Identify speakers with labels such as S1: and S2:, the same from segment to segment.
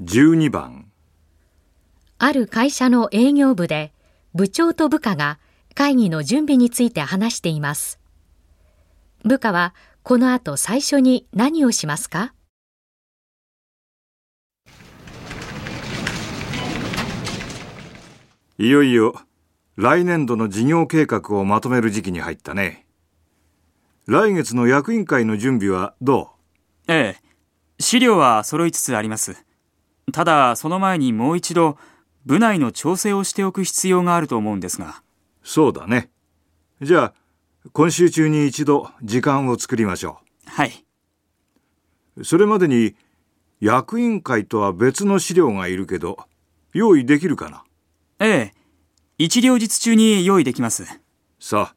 S1: 12番
S2: ある会社の営業部で部長と部下が会議の準備について話しています。部下はこの後最初に何をしますか
S1: いよいよ来年度の事業計画をまとめる時期に入ったね来月の役員会の準備はど
S3: ええ。資料は揃いつつあります。ただ、その前にもう一度、部内の調整をしておく必要があると思うんですが。
S1: うそうだねじゃあ今週中に一度時間を作りましょ
S3: はい。
S1: うそれまでに役員会とは別の資料がいるけど用意できるかな
S3: ええ。一両日中に用意できます。
S1: さ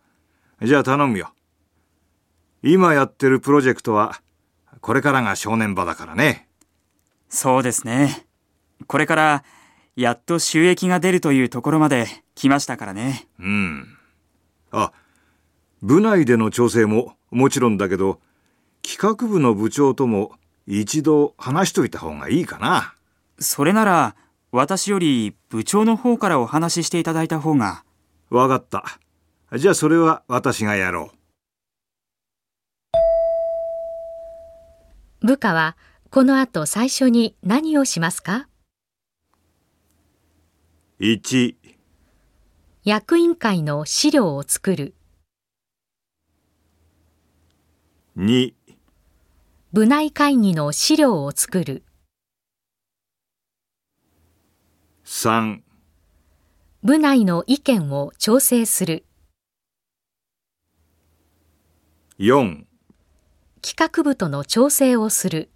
S1: あじゃあ頼むよ今やってるプロジェクトはこれからが正念場だからね
S3: そうですね。これから、やっと収益が出るというところまで来ましたからね。
S1: うん。あ、部内での調整ももちろんだけど、企画部の部長とも一度話しといた方がいいかな。
S3: それなら、私より部長の方からお話ししていただいた方が。
S1: わかった。じゃあそれは私がやろ
S2: 部下はこの後最初に何をしますか
S1: う。1、
S2: 役員会の資料を作る。
S1: 2、
S2: 部内会議の資料を作る。
S1: 3、
S2: 部内の意見を調整する。
S1: 4、
S2: 企画部との調整をする。